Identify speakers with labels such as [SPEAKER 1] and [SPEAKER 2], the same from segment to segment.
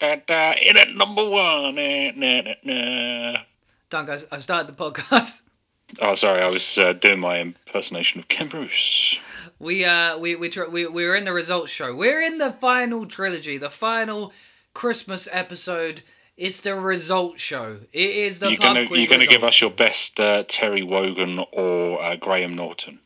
[SPEAKER 1] da, da, in at number one. eh, na, na, na.
[SPEAKER 2] Don, guys, I've started the podcast.
[SPEAKER 1] Oh, sorry, I was uh, doing my impersonation of Ken Bruce.
[SPEAKER 2] We uh we we, tr- we we're in the results show. We're in the final trilogy, the final Christmas episode. It's the results show. It is the
[SPEAKER 1] You're
[SPEAKER 2] pub
[SPEAKER 1] gonna
[SPEAKER 2] quiz
[SPEAKER 1] you're gonna give
[SPEAKER 2] results.
[SPEAKER 1] us your best uh, Terry Wogan or uh, Graham Norton.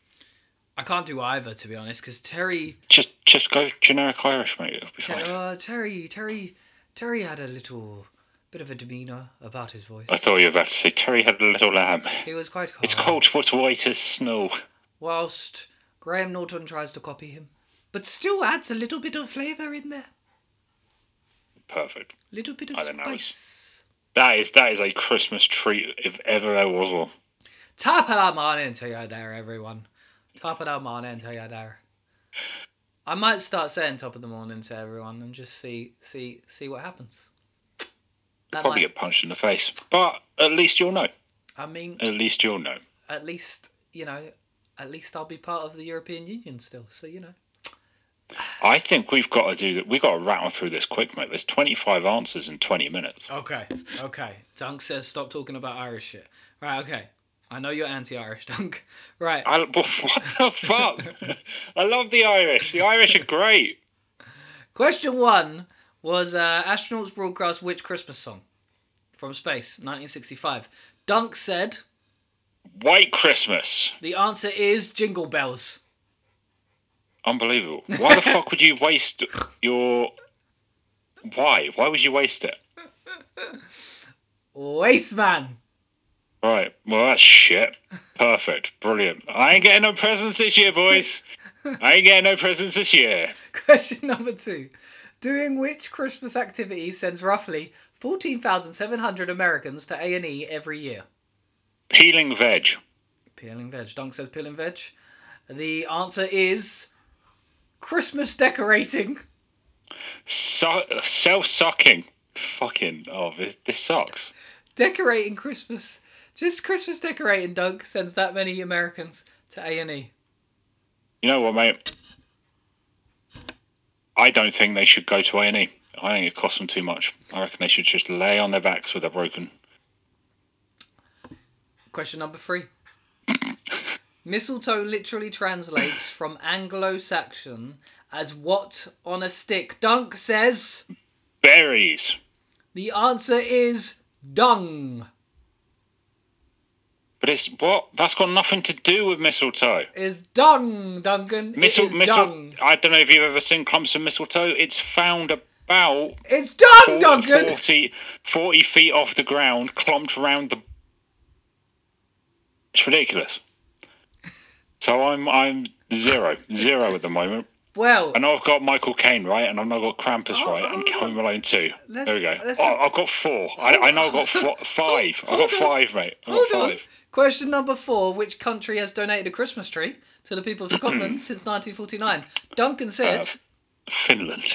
[SPEAKER 2] I can't do either to be honest, because Terry,
[SPEAKER 1] Just just go generic Irish, mate. It'll be
[SPEAKER 2] Ter-
[SPEAKER 1] fine.
[SPEAKER 2] uh, Terry, Terry, Terry had a little bit of a demeanor about his voice.
[SPEAKER 1] I thought you were about to say Terry had a little lamb.
[SPEAKER 2] He was quite calm.
[SPEAKER 1] It's cold. What's white as snow?
[SPEAKER 2] Whilst Graham Norton tries to copy him, but still adds a little bit of flavour in there,
[SPEAKER 1] Perfect.
[SPEAKER 2] little bit of
[SPEAKER 1] I don't know, it's-
[SPEAKER 2] spice.
[SPEAKER 1] That is that is a Christmas treat if ever there was one.
[SPEAKER 2] Tapalaman you there, everyone. Tapalaman you there. I might start saying top of the morning to everyone and just see see see what happens. That
[SPEAKER 1] Probably
[SPEAKER 2] might-
[SPEAKER 1] get punched in the face, but at least you'll know.
[SPEAKER 2] I mean,
[SPEAKER 1] At least you'll know.
[SPEAKER 2] at least you know, at least I'll be part of the European Union still. So you know,
[SPEAKER 1] I think we've got to do that. We've got to rattle through this quick, mate. There's 25 answers in 20 minutes.
[SPEAKER 2] Okay, okay. Dunk says stop talking about Irish shit. Right, okay. I know you're anti-Irish, Dunk. Right.
[SPEAKER 1] I, what the fuck? I love the Irish. The Irish are great.
[SPEAKER 2] Question one was uh, astronauts broadcast which Christmas song from space, 1965. Dunk said
[SPEAKER 1] White Christmas.
[SPEAKER 2] the answer is Jingle Bells.
[SPEAKER 1] Unbelievable. Why the fuck would you waste your. Why? Why would you waste it?
[SPEAKER 2] Waste man.
[SPEAKER 1] Right. Well, that's shit. Perfect. Brilliant. I ain't getting no presents this year, boys. I ain't getting no presents this year.
[SPEAKER 2] Question number two. Doing which Christmas activity sends roughly 14,700 Americans to A&E every year?
[SPEAKER 1] Peeling veg.
[SPEAKER 2] Peeling veg. Dunk says peeling veg. The answer is Christmas decorating.
[SPEAKER 1] Su- Self sucking. Fucking. Oh, this, this sucks.
[SPEAKER 2] Decorating Christmas. Just Christmas decorating, Dunk, sends that many Americans to E. A&E.
[SPEAKER 1] You know what, mate? I don't think they should go to A and E. I think it costs them too much. I reckon they should just lay on their backs with a broken.
[SPEAKER 2] Question number three. Mistletoe literally translates from Anglo Saxon as what on a stick? Dunk says
[SPEAKER 1] Berries.
[SPEAKER 2] the answer is dung.
[SPEAKER 1] But it's what? That's got nothing to do with mistletoe.
[SPEAKER 2] Is dung, Duncan.
[SPEAKER 1] Mistle,
[SPEAKER 2] it is
[SPEAKER 1] mistle.
[SPEAKER 2] dung.
[SPEAKER 1] I don't know if you've ever seen clumps of mistletoe. It's found about
[SPEAKER 2] It's dung, Duncan.
[SPEAKER 1] 40, 40 feet off the ground, clumped round the. It's ridiculous. So I'm I'm zero zero at the moment.
[SPEAKER 2] Well,
[SPEAKER 1] I know I've got Michael Caine right, and I've now got Krampus right, and Home Alone two.
[SPEAKER 2] Oh, Let's-
[SPEAKER 1] there we go.
[SPEAKER 2] let's-
[SPEAKER 1] Oh, I've got four. I, I know I've got four, five. I've got
[SPEAKER 2] Hold on.
[SPEAKER 1] five, mate. I've
[SPEAKER 2] hold
[SPEAKER 1] got
[SPEAKER 2] on.
[SPEAKER 1] five.
[SPEAKER 2] Question number four: Which country has donated a Christmas tree to the people of Scotland since 1949? Duncan said.
[SPEAKER 1] Uh, Finland.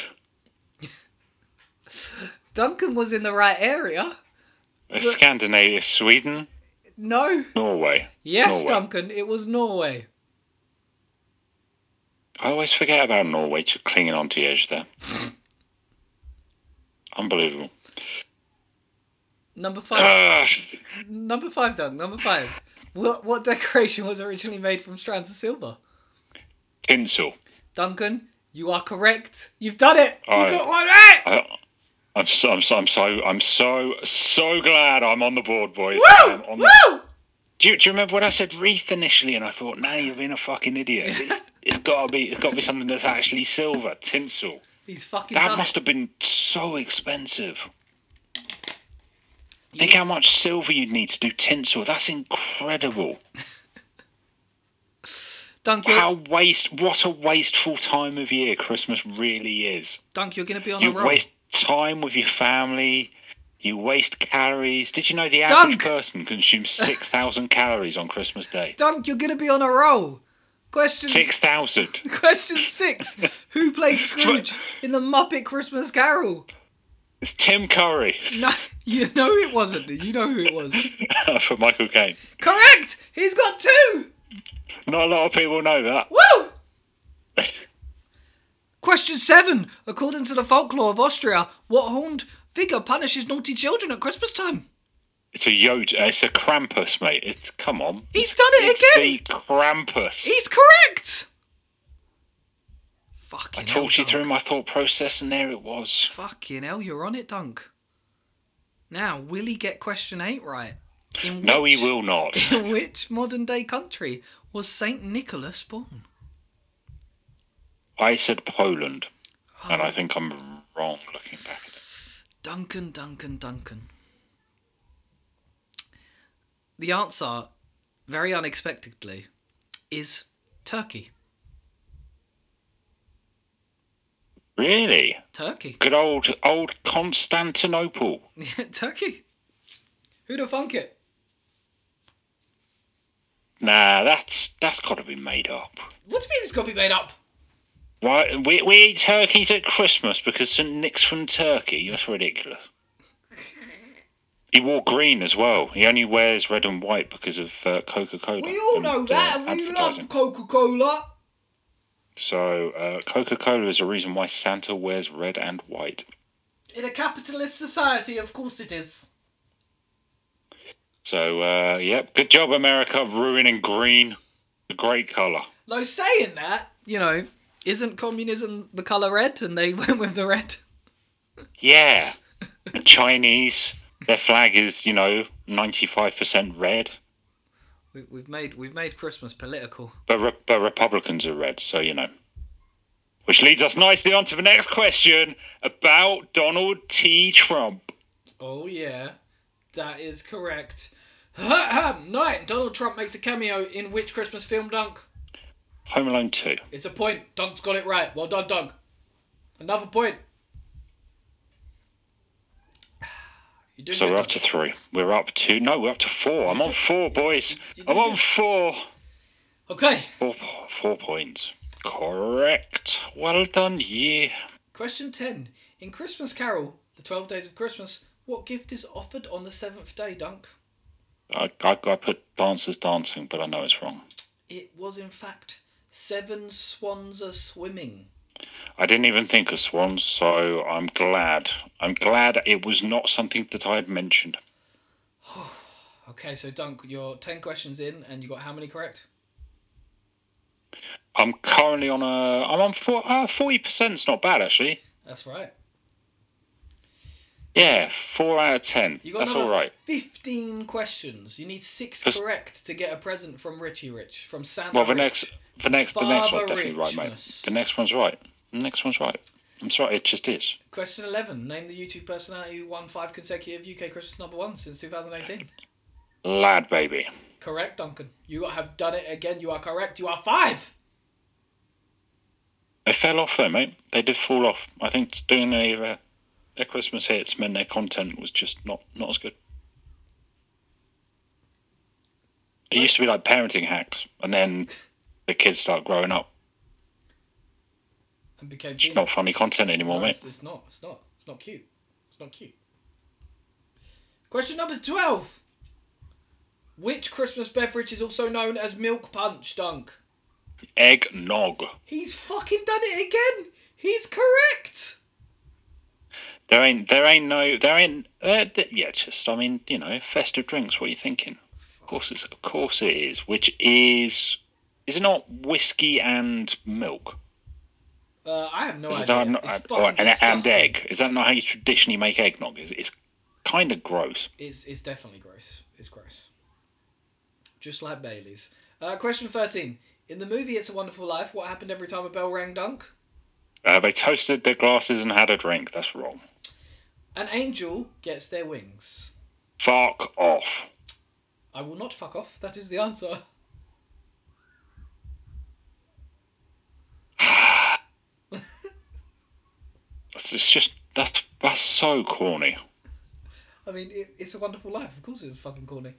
[SPEAKER 2] Duncan was in the right area.
[SPEAKER 1] Scandinavia, Sweden,
[SPEAKER 2] No.
[SPEAKER 1] Norway.
[SPEAKER 2] Yes,
[SPEAKER 1] Norway.
[SPEAKER 2] Duncan. It was Norway.
[SPEAKER 1] I always forget about Norway to clinging on to the edge there. Unbelievable. Ah,
[SPEAKER 2] Number five.
[SPEAKER 1] Ugh.
[SPEAKER 2] Number five, Doug. Number five. What what decoration was originally made from strands of silver?
[SPEAKER 1] tinsel.
[SPEAKER 2] Duncan, you are correct. You've done it. You
[SPEAKER 1] Aye.
[SPEAKER 2] got one right.
[SPEAKER 1] I, I'm so I'm so I'm so I'm so so glad I'm on the board, boys. I'm
[SPEAKER 2] Woo!
[SPEAKER 1] on the-
[SPEAKER 2] Woo!
[SPEAKER 1] do, you, do you remember when I said wreath initially, and I thought, "Nah, you're being a fucking idiot. It's, it's gotta be it's gotta be something that's actually silver tinsel.
[SPEAKER 2] He's fucking
[SPEAKER 1] That
[SPEAKER 2] done
[SPEAKER 1] must
[SPEAKER 2] it.
[SPEAKER 1] have been so expensive. Think how much silver you'd need to do tinsel. That's incredible.
[SPEAKER 2] Dunk, you're,
[SPEAKER 1] How waste what a wasteful time of year Christmas really is.
[SPEAKER 2] Dunk, you're gonna be on
[SPEAKER 1] You
[SPEAKER 2] the roll.
[SPEAKER 1] waste time with your family. You waste calories. Did you know the average
[SPEAKER 2] Dunk!
[SPEAKER 1] person consumes 6,000 calories on Christmas Day?
[SPEAKER 2] Dunk, you're gonna be on a roll. Question
[SPEAKER 1] 6,000.
[SPEAKER 2] Question six. Who played Scrooge in the Muppet Christmas Carol?
[SPEAKER 1] It's Tim Curry
[SPEAKER 2] No, you know it wasn't. You know who it was.
[SPEAKER 1] for Michael Caine.
[SPEAKER 2] Correct. He's got two.
[SPEAKER 1] Not a lot of people know that.
[SPEAKER 2] Woo! Question seven. According to the folklore of Austria, what horned figure punishes naughty children at Christmas time?
[SPEAKER 1] It's a Yod. It's a Krampus, mate. It's come on.
[SPEAKER 2] He's done it
[SPEAKER 1] It's
[SPEAKER 2] again.
[SPEAKER 1] the Krampus.
[SPEAKER 2] He's correct. Fucking
[SPEAKER 1] I
[SPEAKER 2] hell,
[SPEAKER 1] talked you
[SPEAKER 2] Dunk.
[SPEAKER 1] through my thought process, and there it was.
[SPEAKER 2] Fucking hell, you're on it, Dunk. Now, will he get question eight right? In
[SPEAKER 1] No, he
[SPEAKER 2] which-
[SPEAKER 1] will not.
[SPEAKER 2] In which modern day country was Saint Nicholas born?
[SPEAKER 1] I said Poland, and
[SPEAKER 2] Oh.
[SPEAKER 1] I think I'm wrong looking back at it.
[SPEAKER 2] Duncan, Duncan, Duncan. The answer, very unexpectedly, is Turkey.
[SPEAKER 1] Really?
[SPEAKER 2] Turkey.
[SPEAKER 1] Good old old Constantinople.
[SPEAKER 2] Turkey. Who'd have thunk it?
[SPEAKER 1] Nah, that's that's got to be made up.
[SPEAKER 2] What do you mean it's got to be made up?
[SPEAKER 1] Why we we eat turkeys at Christmas because St Nick's from Turkey. That's ridiculous. He wore green as well. He only wears red and white because of uh, Coca Cola.
[SPEAKER 2] We all know that, and we love Coca Cola.
[SPEAKER 1] So uh, Coca Cola is a reason why Santa wears red and white.
[SPEAKER 2] In a capitalist society, of course it is.
[SPEAKER 1] So uh, yep, good job America ruining green, a great color.
[SPEAKER 2] Though saying that, you know, isn't communism the colour red? And they went with the red.
[SPEAKER 1] Yeah. And Chinese, their flag is, you know, 95% red,
[SPEAKER 2] We, we've made we've made Christmas political.
[SPEAKER 1] but, re- but Republicans are red, so, you know. Which leads us nicely on to the next question about Donald T. Trump.
[SPEAKER 2] Oh yeah, that is correct. Nine. Donald Trump makes a cameo in which Christmas film? Dunk.
[SPEAKER 1] Home Alone 2.
[SPEAKER 2] It's a point. Dunk's got it right. Well done, Dunk. Another point. You do
[SPEAKER 1] So we're up to three. We're up to, no, we're up to four. I'm on four, boys. I'm on four.
[SPEAKER 2] Okay.
[SPEAKER 1] Four, po- four points. Correct. Well done, yeah.
[SPEAKER 2] Question 10. In Christmas Carol, The 12 Days of Christmas, what gift is offered on the seventh day, Dunk?
[SPEAKER 1] I, I, I put dancers dancing, but I know it's wrong.
[SPEAKER 2] It was, in fact, Seven Swans Are Swimming.
[SPEAKER 1] I didn't even think of swans, so I'm glad. I'm glad it was not something that I had mentioned.
[SPEAKER 2] Okay, so Dunk, you're 10 questions in and you got how many correct?
[SPEAKER 1] I'm currently on a. I'm on four, uh, 40%. It's not bad, actually.
[SPEAKER 2] That's right.
[SPEAKER 1] Yeah, 4 out of 10.
[SPEAKER 2] You got
[SPEAKER 1] That's
[SPEAKER 2] another
[SPEAKER 1] all right.
[SPEAKER 2] 15 questions. You need six
[SPEAKER 1] Just-
[SPEAKER 2] correct to get a present from Richie Rich, from Santa
[SPEAKER 1] Well, the
[SPEAKER 2] Rich.
[SPEAKER 1] next. The next, the next one's
[SPEAKER 2] Father
[SPEAKER 1] definitely right, mate.
[SPEAKER 2] richness.
[SPEAKER 1] The next one's right. The next one's right. I'm sorry, it just is.
[SPEAKER 2] Question 11. Name the YouTube personality who won five consecutive UK Christmas number one since 2018.
[SPEAKER 1] Lad, baby.
[SPEAKER 2] Correct, Duncan. You have done it again. You are correct. You are five.
[SPEAKER 1] They fell off, though, mate. They did fall off. I think doing their, uh, their Christmas hits meant their content was just not, not as good. It used to be like parenting hacks, and then the kids start growing up.
[SPEAKER 2] And became
[SPEAKER 1] It's not funny content anymore,
[SPEAKER 2] No,
[SPEAKER 1] mate.
[SPEAKER 2] it's, it's not. It's not. It's not cute. It's not cute. Question number 12. Which Christmas beverage is also known as milk punch, Dunk?
[SPEAKER 1] Eggnog.
[SPEAKER 2] He's fucking done it again. He's correct.
[SPEAKER 1] There ain't, there ain't no, there ain't, uh, th- yeah, just, I mean, you know, festive drinks. What are you thinking? Of course, it's, of course it is. Which is, is it not whiskey and milk?
[SPEAKER 2] Uh, I have no
[SPEAKER 1] Is it
[SPEAKER 2] idea.
[SPEAKER 1] not-
[SPEAKER 2] it's
[SPEAKER 1] uh,
[SPEAKER 2] fucking
[SPEAKER 1] or, and, and
[SPEAKER 2] disgusting.
[SPEAKER 1] egg? Is that not how you traditionally make eggnog? It's, it's kind of gross.
[SPEAKER 2] It's, it's definitely gross. It's gross. Just like Bailey's. Uh, question 13. In the movie It's a Wonderful Life, what happened every time a bell rang, Dunk?
[SPEAKER 1] Uh, they toasted their glasses and had a drink. That's wrong.
[SPEAKER 2] An angel gets their wings.
[SPEAKER 1] Fuck off.
[SPEAKER 2] I will not fuck off. That is the answer.
[SPEAKER 1] It's, it's just, that's, that's so corny.
[SPEAKER 2] I mean, it, it's a wonderful life. Of course, it was fucking corny.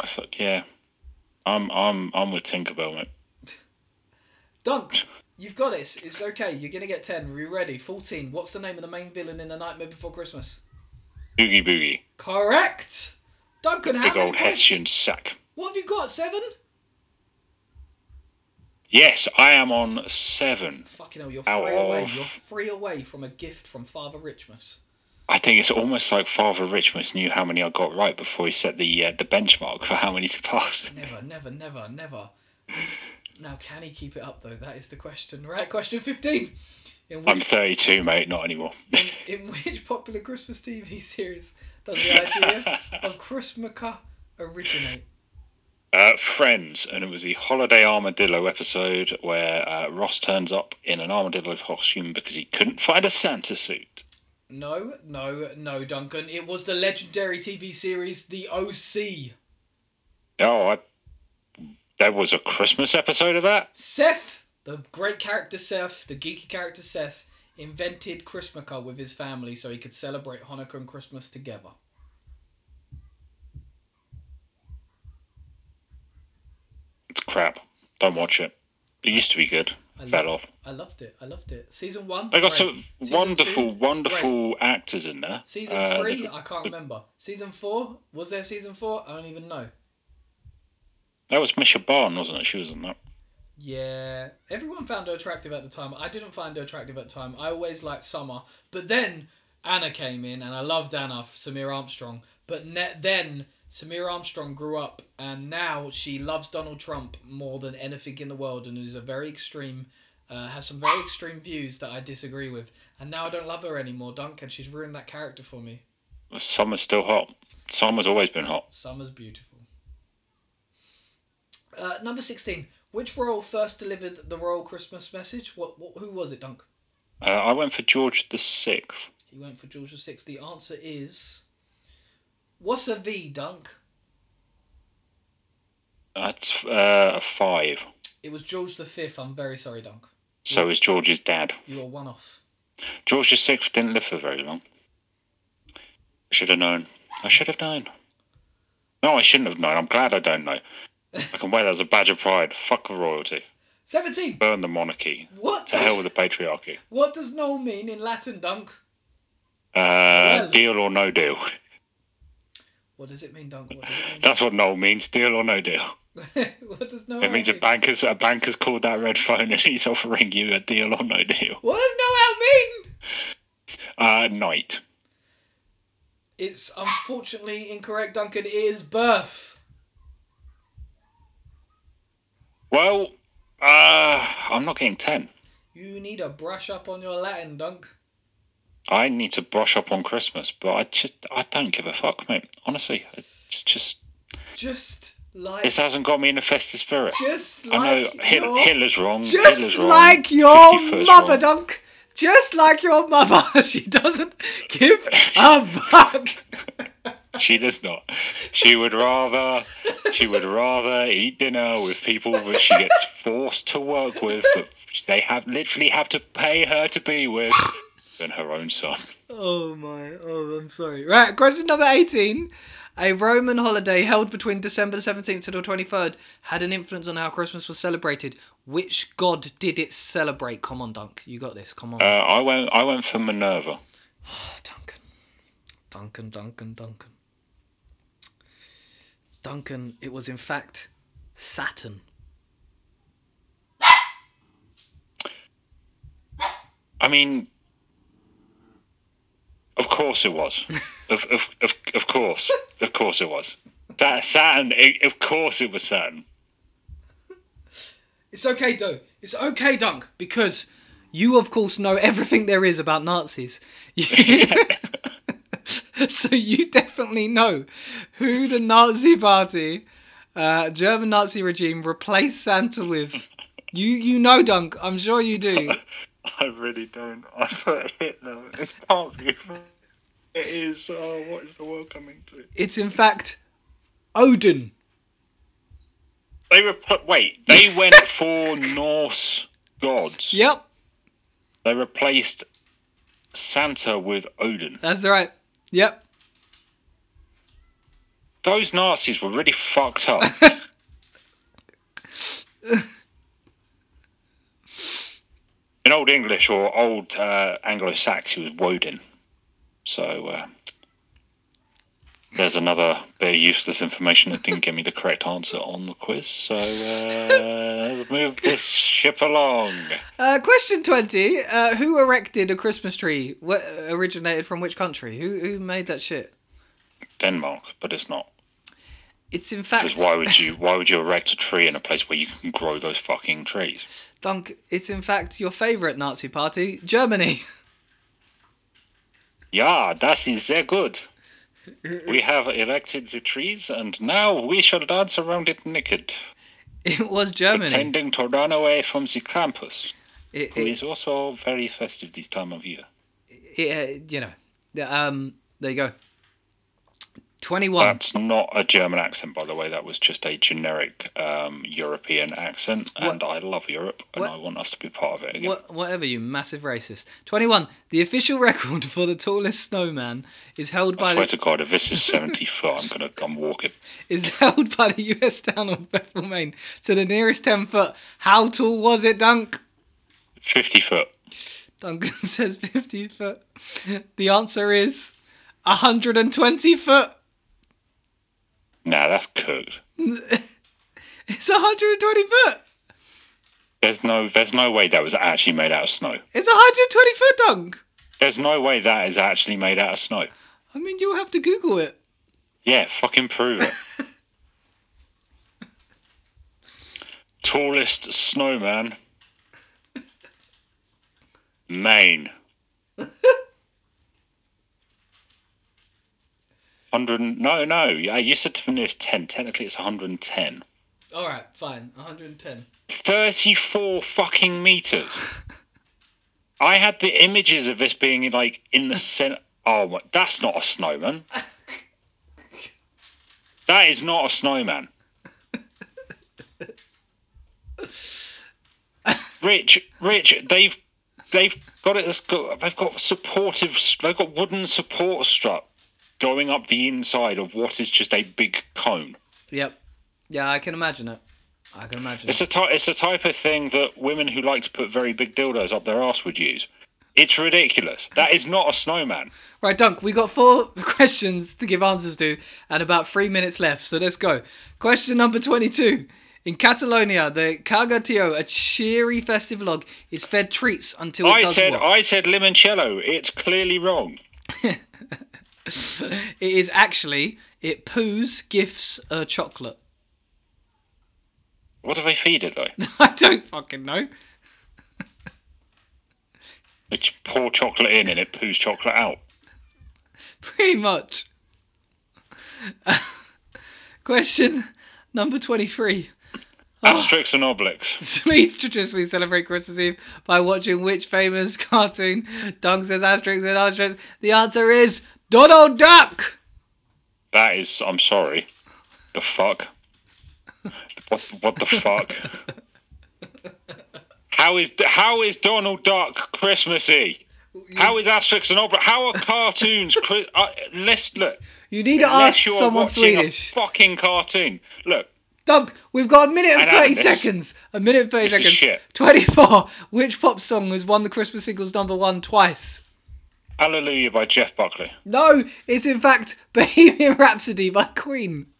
[SPEAKER 1] I thought, yeah, I'm, I'm, I'm with Tinkerbell, mate.
[SPEAKER 2] Dunk, you've got this. It's okay. You're gonna get ten. Are you ready? Fourteen. What's the name of the main villain in The Nightmare Before Christmas?
[SPEAKER 1] Boogie boogie.
[SPEAKER 2] Correct. Duncan, how
[SPEAKER 1] Big
[SPEAKER 2] many
[SPEAKER 1] old
[SPEAKER 2] points?
[SPEAKER 1] Hessian sack.
[SPEAKER 2] What have you got? Seven.
[SPEAKER 1] Yes, I am on seven.
[SPEAKER 2] Fucking hell, you're
[SPEAKER 1] Out
[SPEAKER 2] three away.
[SPEAKER 1] of-
[SPEAKER 2] You're three away from a gift from Father Richmas.
[SPEAKER 1] I think it's almost like Father Richmond knew how many I got right before he set the uh, the benchmark for how many to pass.
[SPEAKER 2] Never, never, never, never. Now, can he keep it up though? That is the question. Right, question fifteen. In
[SPEAKER 1] I'm
[SPEAKER 2] which,
[SPEAKER 1] 32, mate, not anymore.
[SPEAKER 2] in which popular Christmas TV series does the idea of Christmaka originate?
[SPEAKER 1] Uh, Friends, and it was the Holiday Armadillo episode where uh, Ross turns up in an armadillo costume because he couldn't find a Santa suit.
[SPEAKER 2] No, no, no, Duncan. It was the legendary TV series The OC.
[SPEAKER 1] Oh, I, there was a Christmas episode of that?
[SPEAKER 2] Seth, the great character Seth, the geeky character Seth, invented Christmaka with his family so he could celebrate Hanukkah and Christmas together.
[SPEAKER 1] It's crap. Don't watch it. It used to be good.
[SPEAKER 2] I loved,
[SPEAKER 1] Fell off.
[SPEAKER 2] I loved it. I loved it. Season one.
[SPEAKER 1] They got
[SPEAKER 2] great.
[SPEAKER 1] some
[SPEAKER 2] Season
[SPEAKER 1] wonderful,
[SPEAKER 2] two, great.
[SPEAKER 1] wonderful actors in there.
[SPEAKER 2] Season
[SPEAKER 1] Uh,
[SPEAKER 2] three,
[SPEAKER 1] th-
[SPEAKER 2] I can't remember. Season four, was there season four? I don't even know.
[SPEAKER 1] That was Misha Barn, wasn't it? She was in that.
[SPEAKER 2] Yeah, everyone found her attractive at the time. I didn't find her attractive at the time. I always liked Summer, but then Anna came in, and I loved Anna, Samir Armstrong. But ne- then Samir Armstrong grew up, and now she loves Donald Trump more than anything in the world, and is a very extreme, uh, has some very extreme views that I disagree with. And now I don't love her anymore, Duncan. She's ruined that character for me.
[SPEAKER 1] Summer's still hot. Summer's always been hot.
[SPEAKER 2] Summer's beautiful. Uh, number sixteen. Which royal first delivered the royal Christmas message? What? what who was it, Dunk?
[SPEAKER 1] Uh, I went for George the Sixth.
[SPEAKER 2] He went for George VI. The answer is. What's a V, Dunk?
[SPEAKER 1] That's uh, a five.
[SPEAKER 2] It was George V. I'm very sorry, Dunk.
[SPEAKER 1] So is George's dad.
[SPEAKER 2] You are one off.
[SPEAKER 1] George VI didn't live for very long. Should have known. I should have known. No, I shouldn't have known. I'm glad I don't know. I can wear that as a badge of pride. Fuck the royalty.
[SPEAKER 2] 17.
[SPEAKER 1] Burn the monarchy.
[SPEAKER 2] What
[SPEAKER 1] To hell
[SPEAKER 2] does,
[SPEAKER 1] with the patriarchy.
[SPEAKER 2] what does no mean in Latin, Dunk?
[SPEAKER 1] Uh,
[SPEAKER 2] Well-
[SPEAKER 1] deal or no deal.
[SPEAKER 2] What does it mean, Dunk? What does it
[SPEAKER 1] That's what no means. Deal or no deal.
[SPEAKER 2] mean? what does no
[SPEAKER 1] It means a
[SPEAKER 2] mean?
[SPEAKER 1] banker's a banker's called that red phone and he's offering you a deal or no deal.
[SPEAKER 2] What does no mean?
[SPEAKER 1] Uh, night.
[SPEAKER 2] It's unfortunately incorrect, Duncan. It is birth.
[SPEAKER 1] Well, uh, I'm not getting ten.
[SPEAKER 2] You need a brush up on your Latin, Dunk.
[SPEAKER 1] I need to brush up on Christmas, but I just I don't give a fuck, mate. Honestly, it's just
[SPEAKER 2] Just like,
[SPEAKER 1] this hasn't got me in the festive spirit.
[SPEAKER 2] just
[SPEAKER 1] I
[SPEAKER 2] like
[SPEAKER 1] know Hit-
[SPEAKER 2] your,
[SPEAKER 1] Hitler's wrong.
[SPEAKER 2] just
[SPEAKER 1] Hitler's wrong.
[SPEAKER 2] like your
[SPEAKER 1] 51st
[SPEAKER 2] mother,
[SPEAKER 1] wrong.
[SPEAKER 2] Dunk. Just like your mother, she doesn't give a fuck.
[SPEAKER 1] She does not. She would rather she would rather eat dinner with people that she gets forced to work with that they have literally have to pay her to be with than her own son.
[SPEAKER 2] Oh my! Oh, I'm sorry. Right, question number eighteen. A Roman holiday held between December seventeenth to the twenty-third had an influence on how Christmas was celebrated. Which god did it celebrate? Come on, Dunk. You got this. Come on.
[SPEAKER 1] Uh, I went I went for Minerva.
[SPEAKER 2] Duncan. Duncan, Duncan, Duncan. Duncan, it was in fact Saturn.
[SPEAKER 1] I mean Of course it was. Of of of, of course. Of course it was. That Saturn it, of course it was Saturn.
[SPEAKER 2] It's okay, though. It's okay, Dunk, because you, of course, know everything there is about Nazis. You- so you definitely know who the Nazi party, uh, German Nazi regime, replaced Santa with. You, you know, Dunk. I'm sure you do.
[SPEAKER 1] I really don't. I put Hitler. It can't be. It is. Oh, what is the world coming to?
[SPEAKER 2] It's in fact Odin.
[SPEAKER 1] They repl- wait. They went for Norse gods.
[SPEAKER 2] Yep,
[SPEAKER 1] They replaced Santa with Odin.
[SPEAKER 2] that's right. Yep.
[SPEAKER 1] Those Nazis were really fucked up. In Old English or Old uh, Anglo-Saxon, it was Woden. So uh, There's another bit of useless information that didn't give me the correct answer on the quiz. So uh, let's move this ship along.
[SPEAKER 2] Uh, question 20. Uh, who erected a Christmas tree? What originated from which country? Who who made that shit?
[SPEAKER 1] Denmark, but it's not.
[SPEAKER 2] It's in
[SPEAKER 1] Because
[SPEAKER 2] fact
[SPEAKER 1] why would you? Why would you erect a tree in a place where you can grow those fucking trees?
[SPEAKER 2] Dunk, it's in fact your favorite Nazi party, Germany.
[SPEAKER 1] Yeah, that is sehr good. We have erected the trees, and now we shall dance around it naked,
[SPEAKER 2] It was Germany.
[SPEAKER 1] pretending to run away from the Krampus,
[SPEAKER 2] It,
[SPEAKER 1] who
[SPEAKER 2] it,
[SPEAKER 1] is also very festive this time of year.
[SPEAKER 2] it, uh, you know. Yeah, Um there you go. 21.
[SPEAKER 1] That's not a German accent, by the way. That was just a generic um, European accent, and I love Europe, and
[SPEAKER 2] what-
[SPEAKER 1] I want us to be part of it again.
[SPEAKER 2] What, whatever you massive racist. 21. The official record for the tallest snowman is held
[SPEAKER 1] I
[SPEAKER 2] by
[SPEAKER 1] swear to
[SPEAKER 2] the,
[SPEAKER 1] God, if this is 70 foot, I'm gonna I'm walking.
[SPEAKER 2] is held by the US town of Bethel, Maine to the nearest 10 foot. How tall was it, Dunk?
[SPEAKER 1] 50 foot.
[SPEAKER 2] Duncan says 50 foot. The answer is 120 foot.
[SPEAKER 1] Nah, that's cooked.
[SPEAKER 2] It's 120 foot.
[SPEAKER 1] There's no there's no way that was actually made out of snow.
[SPEAKER 2] It's 120 foot, Dunk.
[SPEAKER 1] There's no way that is actually made out of snow.
[SPEAKER 2] I mean, you'll have to Google it.
[SPEAKER 1] Yeah, fucking prove it. Tallest snowman. Maine. 100 and- no no yeah you said to the nearest 10 technically it's 110
[SPEAKER 3] All right, fine. 110.
[SPEAKER 1] 34 fucking meters i had the images of this being like in the center oh my, that's not a snowman that is not a snowman rich rich they've they've got it it's got- they've got supportive they've got wooden support strut going up the inside of what is just a big cone
[SPEAKER 2] Yep. Yeah, I can imagine it. I can imagine
[SPEAKER 1] It's
[SPEAKER 2] it.
[SPEAKER 1] a ty- it's a type of thing that women who like to put very big dildos up their ass would use. It's ridiculous. That is not a snowman.
[SPEAKER 2] Right, Dunk, we got four questions to give answers to and about three minutes left, so let's go. Question number 22. In Catalonia, the Cargatio, a cheery festive log, is fed treats until it
[SPEAKER 1] I
[SPEAKER 2] does
[SPEAKER 1] said
[SPEAKER 2] what?
[SPEAKER 1] I said limoncello. It's clearly wrong.
[SPEAKER 2] It is actually it poos gifts a chocolate.
[SPEAKER 1] What do they feed it though?
[SPEAKER 2] I don't fucking know.
[SPEAKER 1] They just pour chocolate in and it poos chocolate out.
[SPEAKER 2] Pretty much. Question number twenty-three.
[SPEAKER 1] Asterix and Obelix.
[SPEAKER 2] Swedes traditionally celebrate Christmas Eve by watching which famous cartoon? Dunk says asterisks and asterisks. The answer is Donald Duck.
[SPEAKER 1] That is. I'm sorry. The fuck. What? What the fuck? How is how is Donald Duck Christmassy? How is Asterix and Obelix? How are cartoons? Chri- uh, let's look.
[SPEAKER 2] You need to
[SPEAKER 1] Unless
[SPEAKER 2] ask
[SPEAKER 1] you're
[SPEAKER 2] someone
[SPEAKER 1] watching
[SPEAKER 2] Swedish.
[SPEAKER 1] a fucking cartoon. Look,
[SPEAKER 2] Doug, we've got a minute and
[SPEAKER 1] I know
[SPEAKER 2] 30
[SPEAKER 1] this.
[SPEAKER 2] seconds. A minute and 30
[SPEAKER 1] This is
[SPEAKER 2] seconds.
[SPEAKER 1] shit.
[SPEAKER 2] 24. Which pop song has won the Christmas singles number one twice?
[SPEAKER 1] Hallelujah by Jeff Buckley.
[SPEAKER 2] No, it's in fact Bohemian Rhapsody by Queen.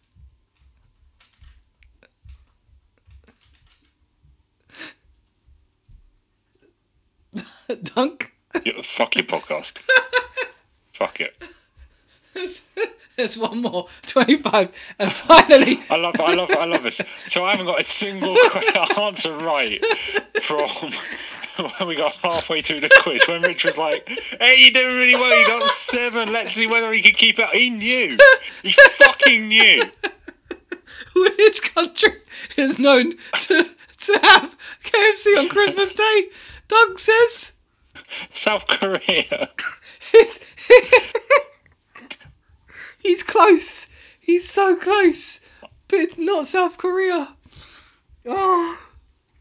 [SPEAKER 2] Dunk.
[SPEAKER 1] You- Fuck your podcast. Fuck it.
[SPEAKER 2] There's one more. 25. And finally,
[SPEAKER 1] I love, I love, I love this. So I haven't got a single answer right from when we got halfway through the quiz. When Rich was like, "Hey, you're doing really well. You got seven. Let's see whether he can keep it." He knew. He fucking knew.
[SPEAKER 2] which country is known to, to have KFC on Christmas Day? Dunk says.
[SPEAKER 1] South Korea.
[SPEAKER 2] It's- He's close. He's so close. But it's not South Korea. Oh,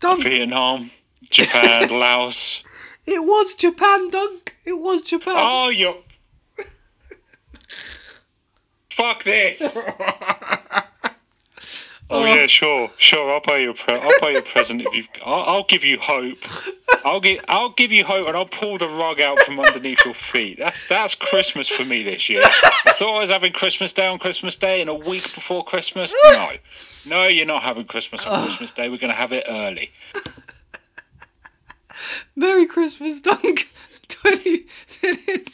[SPEAKER 2] Dunk.
[SPEAKER 1] Vietnam, Japan, Laos.
[SPEAKER 2] It was Japan, Dunk. It was Japan.
[SPEAKER 1] Oh, you. Fuck this. Oh, yeah, sure, sure. I'll buy you a pre- I'll buy you a present if you. I'll, I'll give you hope. I'll give I'll give you hope, and I'll pull the rug out from underneath your feet. That's that's Christmas for me this year. I thought I was having Christmas Day on Christmas Day, and a week before Christmas. No, no, you're not having Christmas on Christmas Day. We're gonna have it early.
[SPEAKER 2] Merry Christmas, Dunk. Twenty minutes